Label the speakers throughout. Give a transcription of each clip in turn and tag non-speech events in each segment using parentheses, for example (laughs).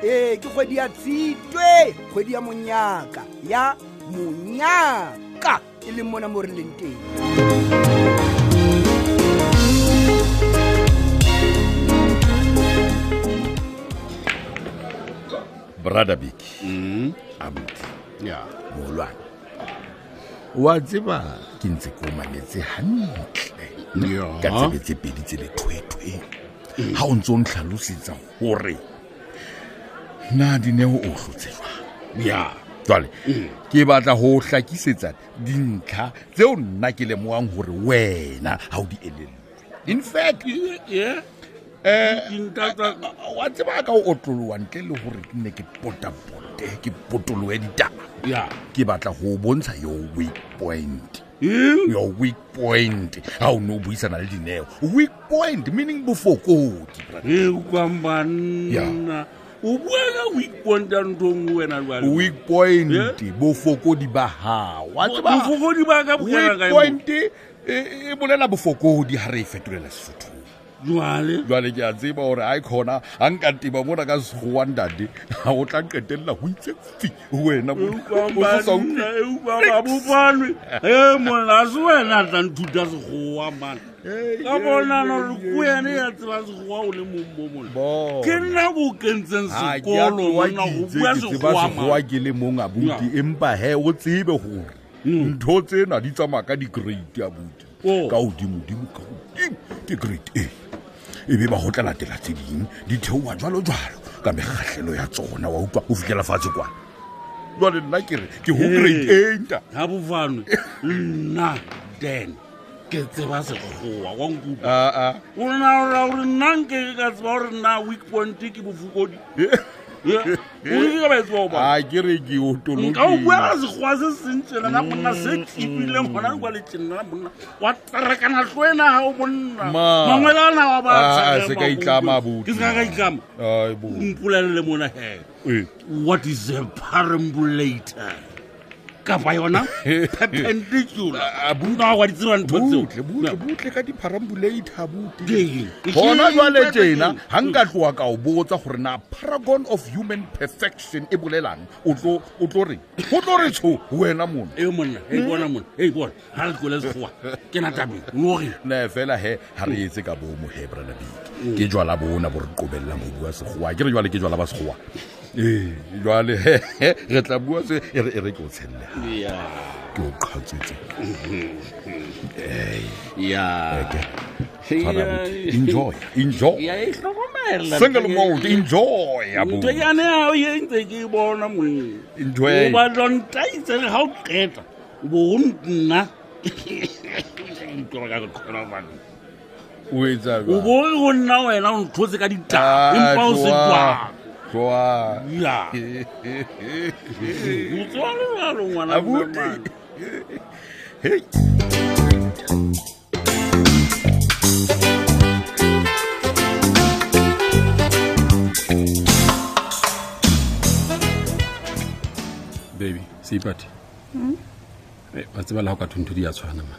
Speaker 1: Eh, ke kgwedi ya tshitwe kgwedi ya monyaka ya monyaka e leng mona mo re leng teng
Speaker 2: brother big
Speaker 3: abuti ya
Speaker 2: molwane wa tseba ke ntse ke o mametse hantle ka
Speaker 3: ya
Speaker 2: tsebetse pedi tse lethwethwe
Speaker 3: Eh.
Speaker 2: ga o ntse o ntlhalosetsa gore na dineo o tlotse jwang
Speaker 3: ya Eh.
Speaker 2: jwale ke batla go tlakisetsa dintlha tseo nna ke lemogang gore wena ga o di elellwe in fact Eh,
Speaker 3: ye dintlha tsa
Speaker 2: wa tseba ka o otlolowa ntle le gore ke nne ke potapote ke potoloe ditaba
Speaker 3: ya
Speaker 2: ke batla go bontsha your weak point
Speaker 3: eng
Speaker 2: your weak point ga o ne o buisana le dineo weak point meaning bofokodi brother.
Speaker 3: e utlwang banna o bua ka weakpoint ya ntho nngwe wena jwale.
Speaker 2: weak point
Speaker 3: Eh?
Speaker 2: bofokodi ba hao Wa tseba-
Speaker 3: bofokodi ba ka
Speaker 2: weak
Speaker 3: bokelakae
Speaker 2: point e e bolela bofokodi ha re e fetolela sesothong
Speaker 3: jwale
Speaker 2: jwale ke a tseba gore a e kgona ga nka teba mona ka segoang date ga o tla qetelela go itse fi wena
Speaker 3: E utlwang banna, e utlwang
Speaker 2: bosaoe
Speaker 3: babopane. Eh, monna a se wena a tla nthuta sekgowa mana ka bonana gore ko ene ya tseba sekgowa o le mong bo mona ke nna bo kentseng sekolo monna go bua sekgowa
Speaker 2: sekgowa
Speaker 3: mana
Speaker 2: ke le mong abuti
Speaker 3: Ya.
Speaker 2: empa he o tsebe gore ntho tsena di tsamaya ka di-grade abuti
Speaker 3: Oh.
Speaker 2: ka godimodimo ka godimo ke grade a e be ba go tla latela tse ding di theowa jalo-jalo ka mekgatlhelo ya tsona wa utlwa go fitlhela fatshe kwana jale nna ke re ke go
Speaker 3: Hey.
Speaker 2: grade enta
Speaker 3: ga bofanwe nna den ke tseba sekgowa wa nkutlwa
Speaker 2: aa
Speaker 3: o naola gore nna nke ka tseba gore nna weak point ke bofokodi oke ka baetseba go
Speaker 2: a ke re ke otolokile.
Speaker 3: nka o buela sekgowa se sentšena ka monna se
Speaker 2: Mm.
Speaker 3: tlipileng gona le kwa letšenela monna wa tarakana tlo ena gao monna
Speaker 2: Ma.
Speaker 3: mangwele a nawa
Speaker 2: Ah, se ka itlama abuti.
Speaker 3: ke se ka ka itlama
Speaker 2: Ai, bo-
Speaker 3: mpolelele mona he
Speaker 2: Eh.
Speaker 3: what is a parambulator kapa
Speaker 2: (laughs)
Speaker 3: yona perpendicular
Speaker 2: Abuti.
Speaker 3: na wa di tseba ntho
Speaker 2: Ah, butle butle
Speaker 3: tseo
Speaker 2: butle ka di-parambulata
Speaker 3: Ke
Speaker 2: butle
Speaker 3: eng?
Speaker 2: gona
Speaker 3: Ke
Speaker 2: jwale
Speaker 3: eng?
Speaker 2: tjena
Speaker 3: Ke
Speaker 2: ga nka tloa ka o botsa gore na paragon of human perfection e bolelang o tlo o tlo reng go tlo re tsho wena mona
Speaker 3: eng? e monna e bona monna e bona ga le tlole sekgowa ke natabeng logile
Speaker 2: ne fela he ha re etse ka bomo he brana beke ke jwala bona bo re qobellang go bua sekgowa ke re jwale ke jwala ba sekgowa ee jwale he re tla bua se e re e re ke o tshelle ha ke o qhatsetse
Speaker 3: ya
Speaker 2: eke enjoy enjoy
Speaker 3: e hlokomela.
Speaker 2: single mode enjoy
Speaker 3: ntho
Speaker 2: abuti.
Speaker 3: yane ao ye ntse ke e bona monna
Speaker 2: Enjoy.
Speaker 3: o batla ntaitsere ga o qeta o bo go nna
Speaker 2: o etsa
Speaker 3: o bo re go nna wena o ntlhotse ka
Speaker 2: Ah,
Speaker 3: ditaba empa o se twana
Speaker 2: jwa
Speaker 3: ya o tswa le jalo ngwana mme
Speaker 2: Abuti.
Speaker 3: mane.
Speaker 2: hei
Speaker 4: baby seipati Eh, wa tseba le ga o ka thontho di a tshwana ma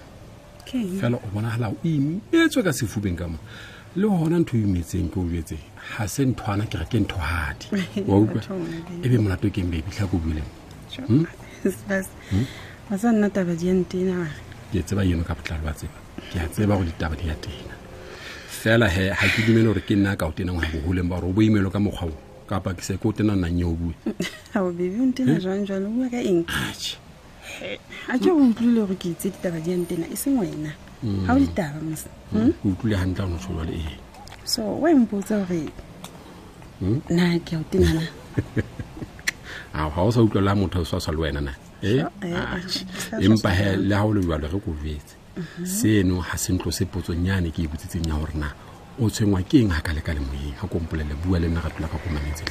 Speaker 5: Keng?
Speaker 4: fela o bonagala o imetswe ka sefubeng ka mo le gona ntho o imetseng ke o jetseng ga se nthwana ke re ke nthogadi
Speaker 5: (laughs)
Speaker 4: wa utlwa
Speaker 5: Batho ba-
Speaker 4: e be molato o keng baby tlha ko buileng
Speaker 5: Tjho. (laughs) Sebas- wa sa nna taba di entena mare
Speaker 4: ke tseba eno ka botlalo wa tseba ke a tseba gore ditaba di a tena fela he ga ke dumele gore ke nna ka o tenang go bogoleng ba gore o boimelwe ka mokgwao kapa ke se ke o tena nnang ye o bue
Speaker 5: (laughs) ao bebe o ntena jwang jwale o bua ka eng
Speaker 4: atšhe
Speaker 5: a ke o utlwile gore ke itse ditaba di entena e seng wena ga o ditaba mosa
Speaker 4: ke utlwile gantle o no tsholwale ee
Speaker 5: so wa mpotsa gore na ke ao tenana
Speaker 4: a ga o sa utlwela motho o swaswa le wena na Eh?
Speaker 5: eh,
Speaker 4: Atjhe.
Speaker 5: eh, Mhm.
Speaker 4: empa he le ga o le jalo re ko jetse seno ga se ntlo se potsong yane ke e botsitseng ya gore na o tshwengwa ke eng ga ka leka le moyeng ga kompolele bua le nna ga tula ka komanetse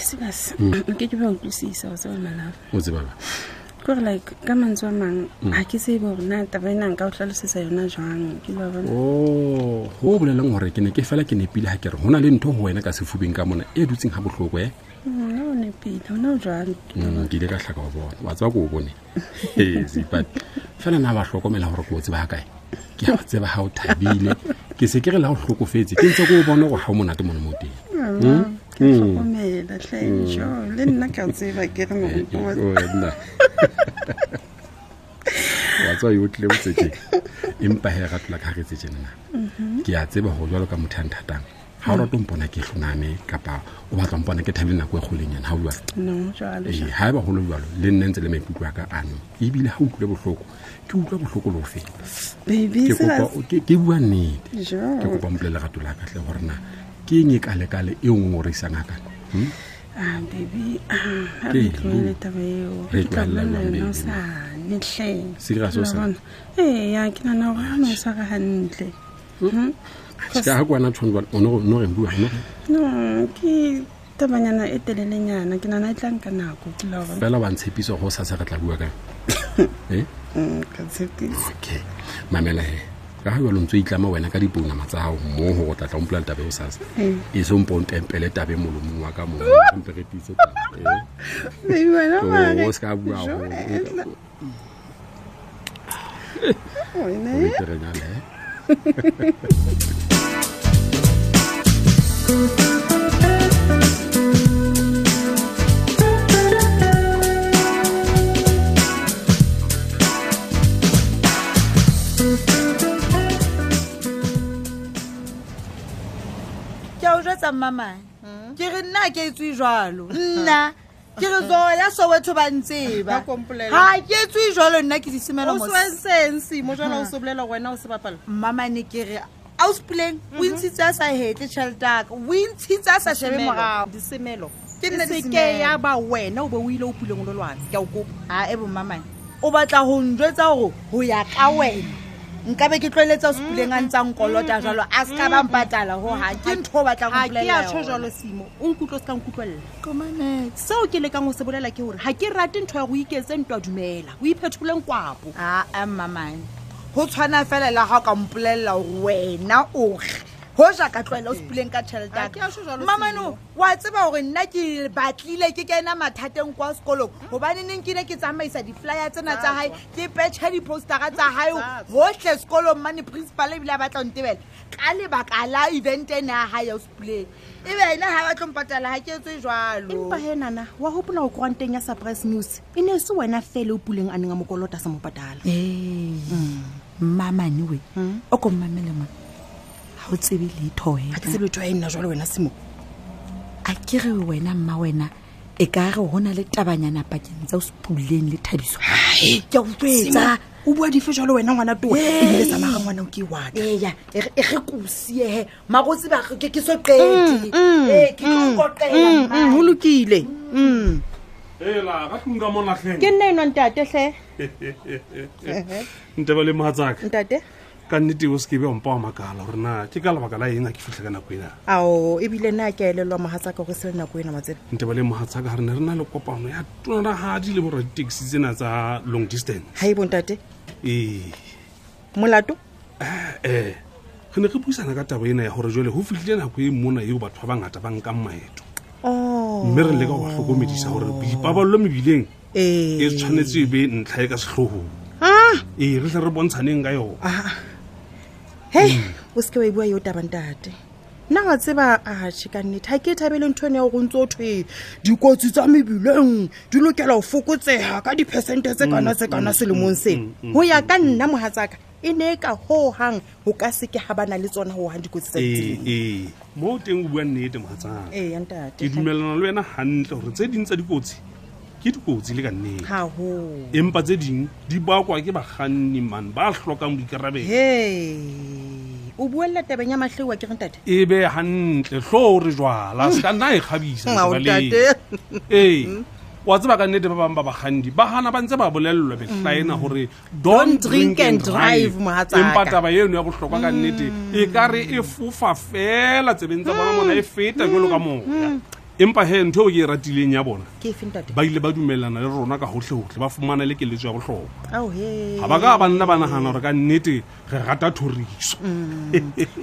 Speaker 5: sebas (clears throat) nke ke ba utlwisisa wa tseba malava
Speaker 4: o tsebaba
Speaker 5: kore like ka mantswe a mangwe ga ke tsebe gore na taba ena nka o tlhalosetsa yona jwang ke lo
Speaker 3: Oh.
Speaker 5: bona
Speaker 6: Oh.
Speaker 4: o go bolelang gore ke ne ke fela ke nepile ga ke re go na le ntho go wena ka sefubeng ka mona e dutseng ga botlhoko e
Speaker 5: Mm, na o nepile ona o jalo
Speaker 4: ke ile ka tlhaka o bona wa tseba ko o bone (laughs) Ee, Seipati. fela na wa tlhokomela gore ko o tseba kae ke a o tseba ga o thabile ke se ke re la o tlhokofetse ke ntse ko o bone gore ga o monate mone mo teng
Speaker 5: ke tlhokomela tlhenjo le nna ke a tseba ke re moroko
Speaker 4: (laughs) wa tswa yo tlile botsekeng empa he ratola ka gare tse nna ke a tseba go jalo ka motho a nthatang ga o rata o mpona ke tlhoname kapa o batla mpona ke thabile nako e kgolenyana ga o jalo
Speaker 5: no jalo
Speaker 4: ee ga e ba golo jalo le nne ntse le maikutlo a ka ano ebile ga utlwile botlhoko ke utlwa botlhoko le go feta
Speaker 5: baby
Speaker 4: Ke
Speaker 5: sela
Speaker 4: kopa- ke ke bua nnete ke
Speaker 5: jo
Speaker 4: kopa mpole lerato la katle gore na ke eng e kalekale e o ngongoreisang akane
Speaker 5: a Ah, baby ah, a
Speaker 4: Ke
Speaker 5: re
Speaker 4: eng?
Speaker 5: tloele taba eo
Speaker 4: Re
Speaker 5: re tloela
Speaker 4: tlohella jwang,
Speaker 5: yona o
Speaker 4: baby?
Speaker 5: sane tlhe
Speaker 4: Serious o
Speaker 5: La
Speaker 4: sane?
Speaker 5: bona? ee ya ke nana gore ano o tshwara gantle
Speaker 4: seka ga kwana tshwane jale ono reng bua ono reng?
Speaker 5: no ke tabanyana e telelenyana ke nana e tlang ka nako ke la bona
Speaker 4: fela wa ntshepisa go sasa re tla bua (coughs) kang e
Speaker 5: ka tshepisa
Speaker 4: okay mamela he ka ga jalo ntse o itlama wena ka dipounama tsa gago mmogo go tlatla ompola le tabe o sasa
Speaker 5: Ee.
Speaker 4: e se mpong tempele tabe molomong wa ka moomperetise eh,
Speaker 5: baby wena
Speaker 4: Oh,
Speaker 5: mare.
Speaker 4: o ska bua
Speaker 5: Jo,
Speaker 4: haholo.
Speaker 5: e tla- Wena, eh?
Speaker 4: beterenyana he
Speaker 7: ke a o jwetsa mmamane
Speaker 8: Hmm?
Speaker 7: ke re nna ke etswe jalo nna ke re zoya soweto ba ntseba
Speaker 8: Nako mpolela.
Speaker 7: ga ke etswe jalo nna ke disemela
Speaker 8: o swenseng simo jala o se bolela wena o se bapala
Speaker 7: mmamane ke re ausplan o
Speaker 8: Mhm.
Speaker 7: ntshitse a sa hetle tšheletaka o ntshitse a sa shebe morago
Speaker 8: disemelo E
Speaker 7: Ke
Speaker 8: ke
Speaker 7: nna
Speaker 8: nne seke
Speaker 7: disemelo.
Speaker 8: ya ba wena o be o ile o puleng lo lwana ke a o kopa
Speaker 7: a e bommamane o batla go njwetsa gore go ya ka wena nkabe ke tloeletsa o sepuleng
Speaker 8: Mhm.
Speaker 7: a ntsang kolota jalo a se ka bampatala goga ke ntho o batlang
Speaker 8: ga Mhm. ke a
Speaker 7: gopolelayona.
Speaker 8: tsho jalo simo o nkutlwe o se ka nkutlwelela seo ke lekang go se bolela ke gore ga ke rate ntho ya go iketse ntwa dumela o iphetholeng kwapo
Speaker 7: aa mmamane go tshwana fela la ga o ka mpolelela gore wena oge go jaaka tlwaela o sepileng ka
Speaker 8: Ha ke a tjho jwalo,
Speaker 7: tšheleteakamamane
Speaker 8: Sello.
Speaker 7: wa tseba gore nna ke batlile ke kena mathateng kwa sekolong gobane neng ke ne ke tsamaisa di-flyer tsena tsa gae ke petšha dipostera tsa gae gotlhe sekolong mane principal ebile a batla ntebela ka lebaka la event ene ya E gae ya o sepileng ebe ena ga batlo mpatala e- ga ke etswe jalo
Speaker 8: empa he nana wa gopola go koranteng ya surprise news e ne se wena fele o puleng a neng a mokolota sa mo patala
Speaker 7: mmamane we o ko mmamele mone
Speaker 9: ga o tsebe lethoe
Speaker 8: ga ke sebetho ya e nna jalo wena simo
Speaker 9: a ke re wena mma wena e ka re go na le tabanyana pakeng tsa o sepuleng le thabiso
Speaker 7: ke a
Speaker 9: Simo.
Speaker 7: utlwetsa
Speaker 8: o bua dife jalo wena ngwana toa ebile sa maga ngwana o ke wata
Speaker 7: eya e re- e re kosiege magotse bage ke so qete Ee, ke tlo
Speaker 8: go
Speaker 7: koqela
Speaker 8: lokile
Speaker 6: ela ka tlong ka mo latlheng
Speaker 8: ke
Speaker 5: e
Speaker 8: nna enwang
Speaker 6: (laughs)
Speaker 8: tatetlhe
Speaker 6: nteba le mogatsaka
Speaker 8: ntate
Speaker 6: ka nnete o sekebe ompa wa makala gore na ke ka lebaka la eng a ke fitlhe ka nako ena
Speaker 8: ao ebile nna ke a elelwa mogatsaka gore se le nako ena matsebe
Speaker 6: nteba le mogatsaka ga re ne re na le kopano ya tonaragadi le borra ditaxi tsena tsa long distance
Speaker 8: ga e bontate
Speaker 6: ee
Speaker 8: molato
Speaker 6: eh re ne re buisana ka taba ena ya gore jale go fitlhile nako e mona eo batho ba bangata ba nkang maeto mme re leka go ba tlhokomedisa gore boipaballo mebileng e tshwanetse e be ntlha e ka setlhogong
Speaker 8: Ah!
Speaker 6: ee re tle re bontshaneng ka yona
Speaker 8: hei Ah.
Speaker 6: Mm.
Speaker 8: o seke wa e bua yo tabantate nna wa tseba ache ka nnete ga ke e thabele ntho ene ya go ntse o thwe dikotsi tsa mebileng di lokela go fokotsega ka diphesente
Speaker 6: Mm,
Speaker 8: tse kana tse kana selemong seno go ya ka nna mogatsaka e ne e ka gogang go ka seke ga ba na le tsona gogang dikotsi tsa
Speaker 6: ee
Speaker 8: ditseleng
Speaker 6: ee mo teng o bua nnete mogatsaka
Speaker 8: ee yantate
Speaker 6: ke dumelana le wena gantle gore tse dingwe tsa dikotsi ke dikotsi le ka nnete
Speaker 8: gago
Speaker 6: empa tse dingwe di bakwa ke baganni man ba tlhokang boikarabelo
Speaker 8: he o buelela tabeng ya matlhewa ke reng tate
Speaker 6: e be gantle tlho re jwala se ka nna e kgabisa
Speaker 8: Ao,
Speaker 6: lebaleng.
Speaker 8: ntate.
Speaker 6: ee wa tseba ka nnete ba bangwe ba bagandi ba gana ba ntse ba bolelelwa betlaena gore Mm. don't drink and drive
Speaker 8: mohatsaka.
Speaker 6: empa taba eno ya botlhokwa ka nnete e ka re e fofa fela tsebeng tsa bona mona e feta jalo ka moya empa he ntho eo ke e ratileng ya bona
Speaker 8: ke efeng tate
Speaker 6: ba ile ba dumelana le rona ka gotlhegotlhe ba fumana le keletso ya botlhokwa
Speaker 8: ao he
Speaker 6: ga ba ka ba nna ba nagana gore ka nnete re rata thoriso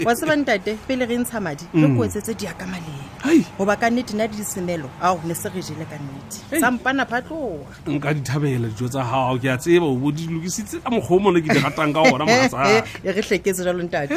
Speaker 8: wa tsebang tate pele re ntsha madi re koetsetse di ya ka maleng goba ka nnete na di semelo ao ne se re jele ka nnete sampana phatloga
Speaker 6: (laughs) nka dithabela dijo tsa gago ke a tseba o bo di lokisitse ka mokgwa o mone ke di ratang ka ona mogatsaka
Speaker 8: (laughs) e re tlheketse jalong tate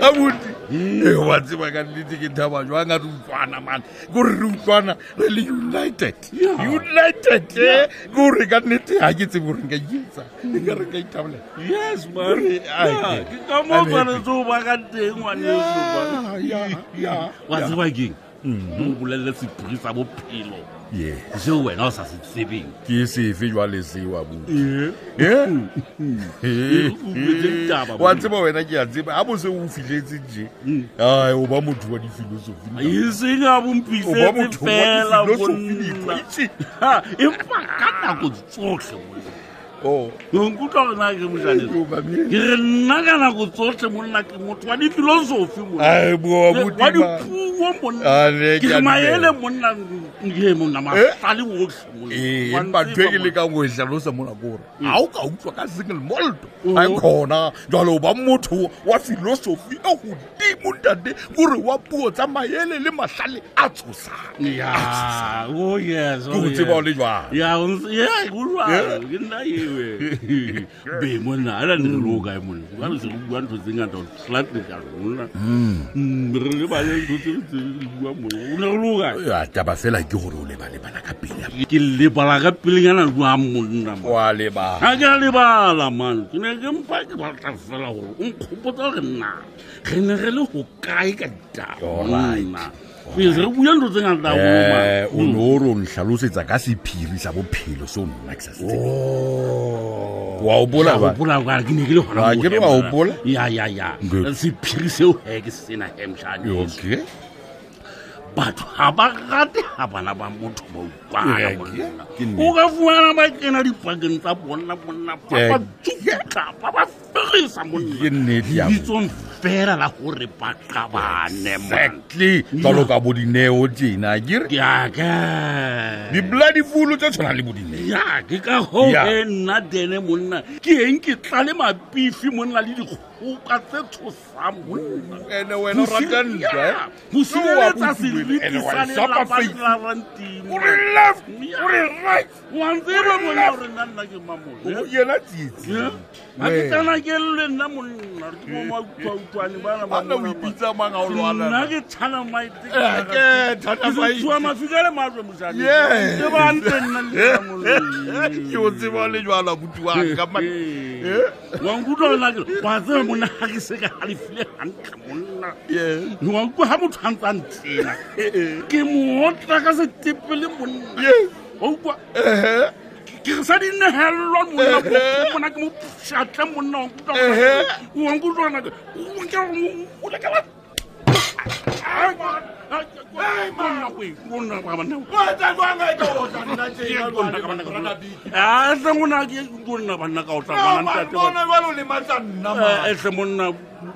Speaker 2: abuti e wa tseba ka nnete ke thaba jwang a re utlwana mane kore re utlwana re le united united e kore ka nnete ga ke tsebe gore nka ketsa nka re nka ithabolela
Speaker 3: yes
Speaker 2: Re- ai,
Speaker 3: mare
Speaker 2: ai.
Speaker 3: ke ka mo
Speaker 2: I'm
Speaker 3: tshwanetse o ba ka teng ngwaneso wa tseba keng
Speaker 2: Mm-hmm.
Speaker 3: o bolelele sephiri sa bophelo
Speaker 2: Yes.
Speaker 3: seo wena o sa se tsebeng
Speaker 2: ke sefe jwale seo abuti
Speaker 3: utlwetse taba,
Speaker 2: Eh? wa
Speaker 3: monna.
Speaker 2: tseba wena ke a tseba ga bose o filetse je ai o ba motho wa difilosofi
Speaker 3: eseng
Speaker 2: O
Speaker 3: a
Speaker 2: ba
Speaker 3: bompisetse
Speaker 2: motho wa
Speaker 3: fela
Speaker 2: difilosofi,
Speaker 3: bonna Ha, empa ka nako tsotlhe
Speaker 2: Oh,
Speaker 3: nkutlwa gore na ke mojanese ke re nna ka nako tsotlhe monna ke motho wa difilosofi
Speaker 2: ai boa
Speaker 3: wa
Speaker 2: botima
Speaker 3: dipuo
Speaker 2: Ah, ne,
Speaker 3: monna ke
Speaker 2: ke a
Speaker 3: re maele
Speaker 2: dumela.
Speaker 3: monna e monna mahlale otlhe monna.
Speaker 2: Eh,
Speaker 3: Wa
Speaker 2: empa ntho e ke
Speaker 3: ntseba,
Speaker 2: lekang go e tlhalosa mona kore ga o ka utlwa ka single molto a kgona jalo o ba motho wa filosofi e godimo ntate kore wa puo tsa maele le matlhale a tshosang
Speaker 3: Yeah, oh yes.
Speaker 2: ke
Speaker 3: Oh
Speaker 2: go tseba o le
Speaker 3: yes.
Speaker 2: jwang
Speaker 3: Yeah, o ntse- yeah, good one. Ke nna ewe. Be monna, a la ne re lo kae monna. Ba re se re bua ntho tse ngata, o slat ne ka rona. Mm, re lebale ntho tse re tsebeng re bua monna. O ne re lo kae?
Speaker 2: Ah, taba fela ke gore o lebalebala ka pele
Speaker 3: Ke lebala ka pelenyana le bua monna, man.
Speaker 2: wa lebala
Speaker 3: Ha ke a lebala man ke ne ke mpa ke batla fela gore o nkgopotsa gore na re ne re le go kae ka ditaba
Speaker 2: Alright.
Speaker 3: monna. Ee, re bua ntho tse ngata haholo, man.
Speaker 2: Eh, o
Speaker 3: Hmm.
Speaker 2: ne o re o ntlhalosetsa ka sephiri sa bophelo seo nna ke sa se tsebeng. wa o bola jwale?
Speaker 3: gopola ke ne ke le gona
Speaker 2: Ah, ke re wa hopola?
Speaker 3: ya ya ya
Speaker 2: Good.
Speaker 3: sephiri seo he ke sena hemshane
Speaker 2: okay
Speaker 3: batho ga ba rate ga bana ba motho ba utlwana
Speaker 2: Yeah, ke-
Speaker 3: monna.
Speaker 2: ke nnete.
Speaker 3: o ka fumana ba kena dipakeng tsa bona monna ba
Speaker 2: Yeah.
Speaker 3: ba tsukutla ba ba ferisa
Speaker 2: Ke nnete ya
Speaker 3: monnabitsong fela la gore ba qabane man.
Speaker 2: exactly jalo ka bo dineo tjena akere
Speaker 3: Ya ka
Speaker 2: di-bloodfulu tse tshwanang le bo dineo
Speaker 3: ya ke ka go
Speaker 2: Ya.
Speaker 3: e nna dene monna ke eng ke tla le mapifi monna le dikgoka tse tshosang monna
Speaker 2: ene wena o rata ntwa, eh?
Speaker 3: go
Speaker 2: Seo wa
Speaker 3: sireletsa
Speaker 2: bodulo, ene wa e shapa face. O re left, o re right,
Speaker 3: wantseba mona gore nna nna ke
Speaker 2: o
Speaker 3: mamole
Speaker 2: yena tsietsi
Speaker 3: ga ke tsana ke lle nna monna re ke
Speaker 2: Eh,
Speaker 3: bomautlwautlwane bana ba
Speaker 2: ana o
Speaker 3: monna ba-
Speaker 2: ipitsa mang a o
Speaker 3: nna
Speaker 2: lwalana
Speaker 3: ke tshana maite
Speaker 2: Eh, ke thata
Speaker 3: tshwa
Speaker 2: fight.
Speaker 3: mafika le matlwe mosadi
Speaker 2: Yes.
Speaker 3: ke bante nna le
Speaker 2: ke o tseba le jwala
Speaker 3: Eh.
Speaker 2: botuwanka Eh?
Speaker 3: wankutlwa ona ke wa tseba monna ga ke se ka galefile gantle monna wankutlwa ga motho a ntse a ntsena ke mootla ka setepele monna outlwa ke re sa dinegelelwa monna
Speaker 2: Ehe.
Speaker 3: mona ke mo shatle monna wankutlwa
Speaker 2: Ehe.
Speaker 3: wankutlwa ona ke ke re mo- o le ka ba- Ah, ah, ah, monna we, monna wa bana we. Ah, hle ngwana ke monna banna ka o tla ngwana ntate wa- Eh, hle monna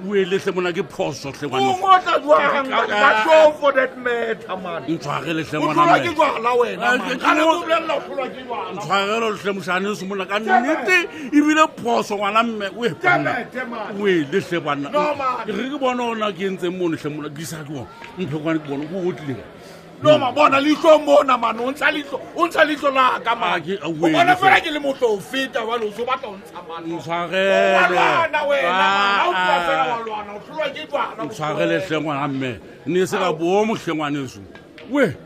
Speaker 3: oele hle monna ke phoso hle ngwana ntshwarele
Speaker 6: Eh,
Speaker 3: hle ngwana ntshwarelo hle moshane se monna ka nnete ebile phoso ngwana mme oe banna oele hle banna re ke bona gorena ke entseng mone hle monna disa ke bona mphe kwane ke bona ko otlileng
Speaker 2: noma bona leihlo mona mane o ntsha leihlo o ntsha leihlo la ka
Speaker 3: Ah,
Speaker 2: mane
Speaker 3: ke- ah,
Speaker 2: o
Speaker 3: wele
Speaker 2: bona fela
Speaker 3: fela.
Speaker 2: ke le motlo o feta wale o se o batla o ntsha mane
Speaker 3: ntshwarele Ah, ah.
Speaker 2: ntshwarele
Speaker 3: ntshwarele hle ngwana mme ne se ka boomo hle ngwaneso we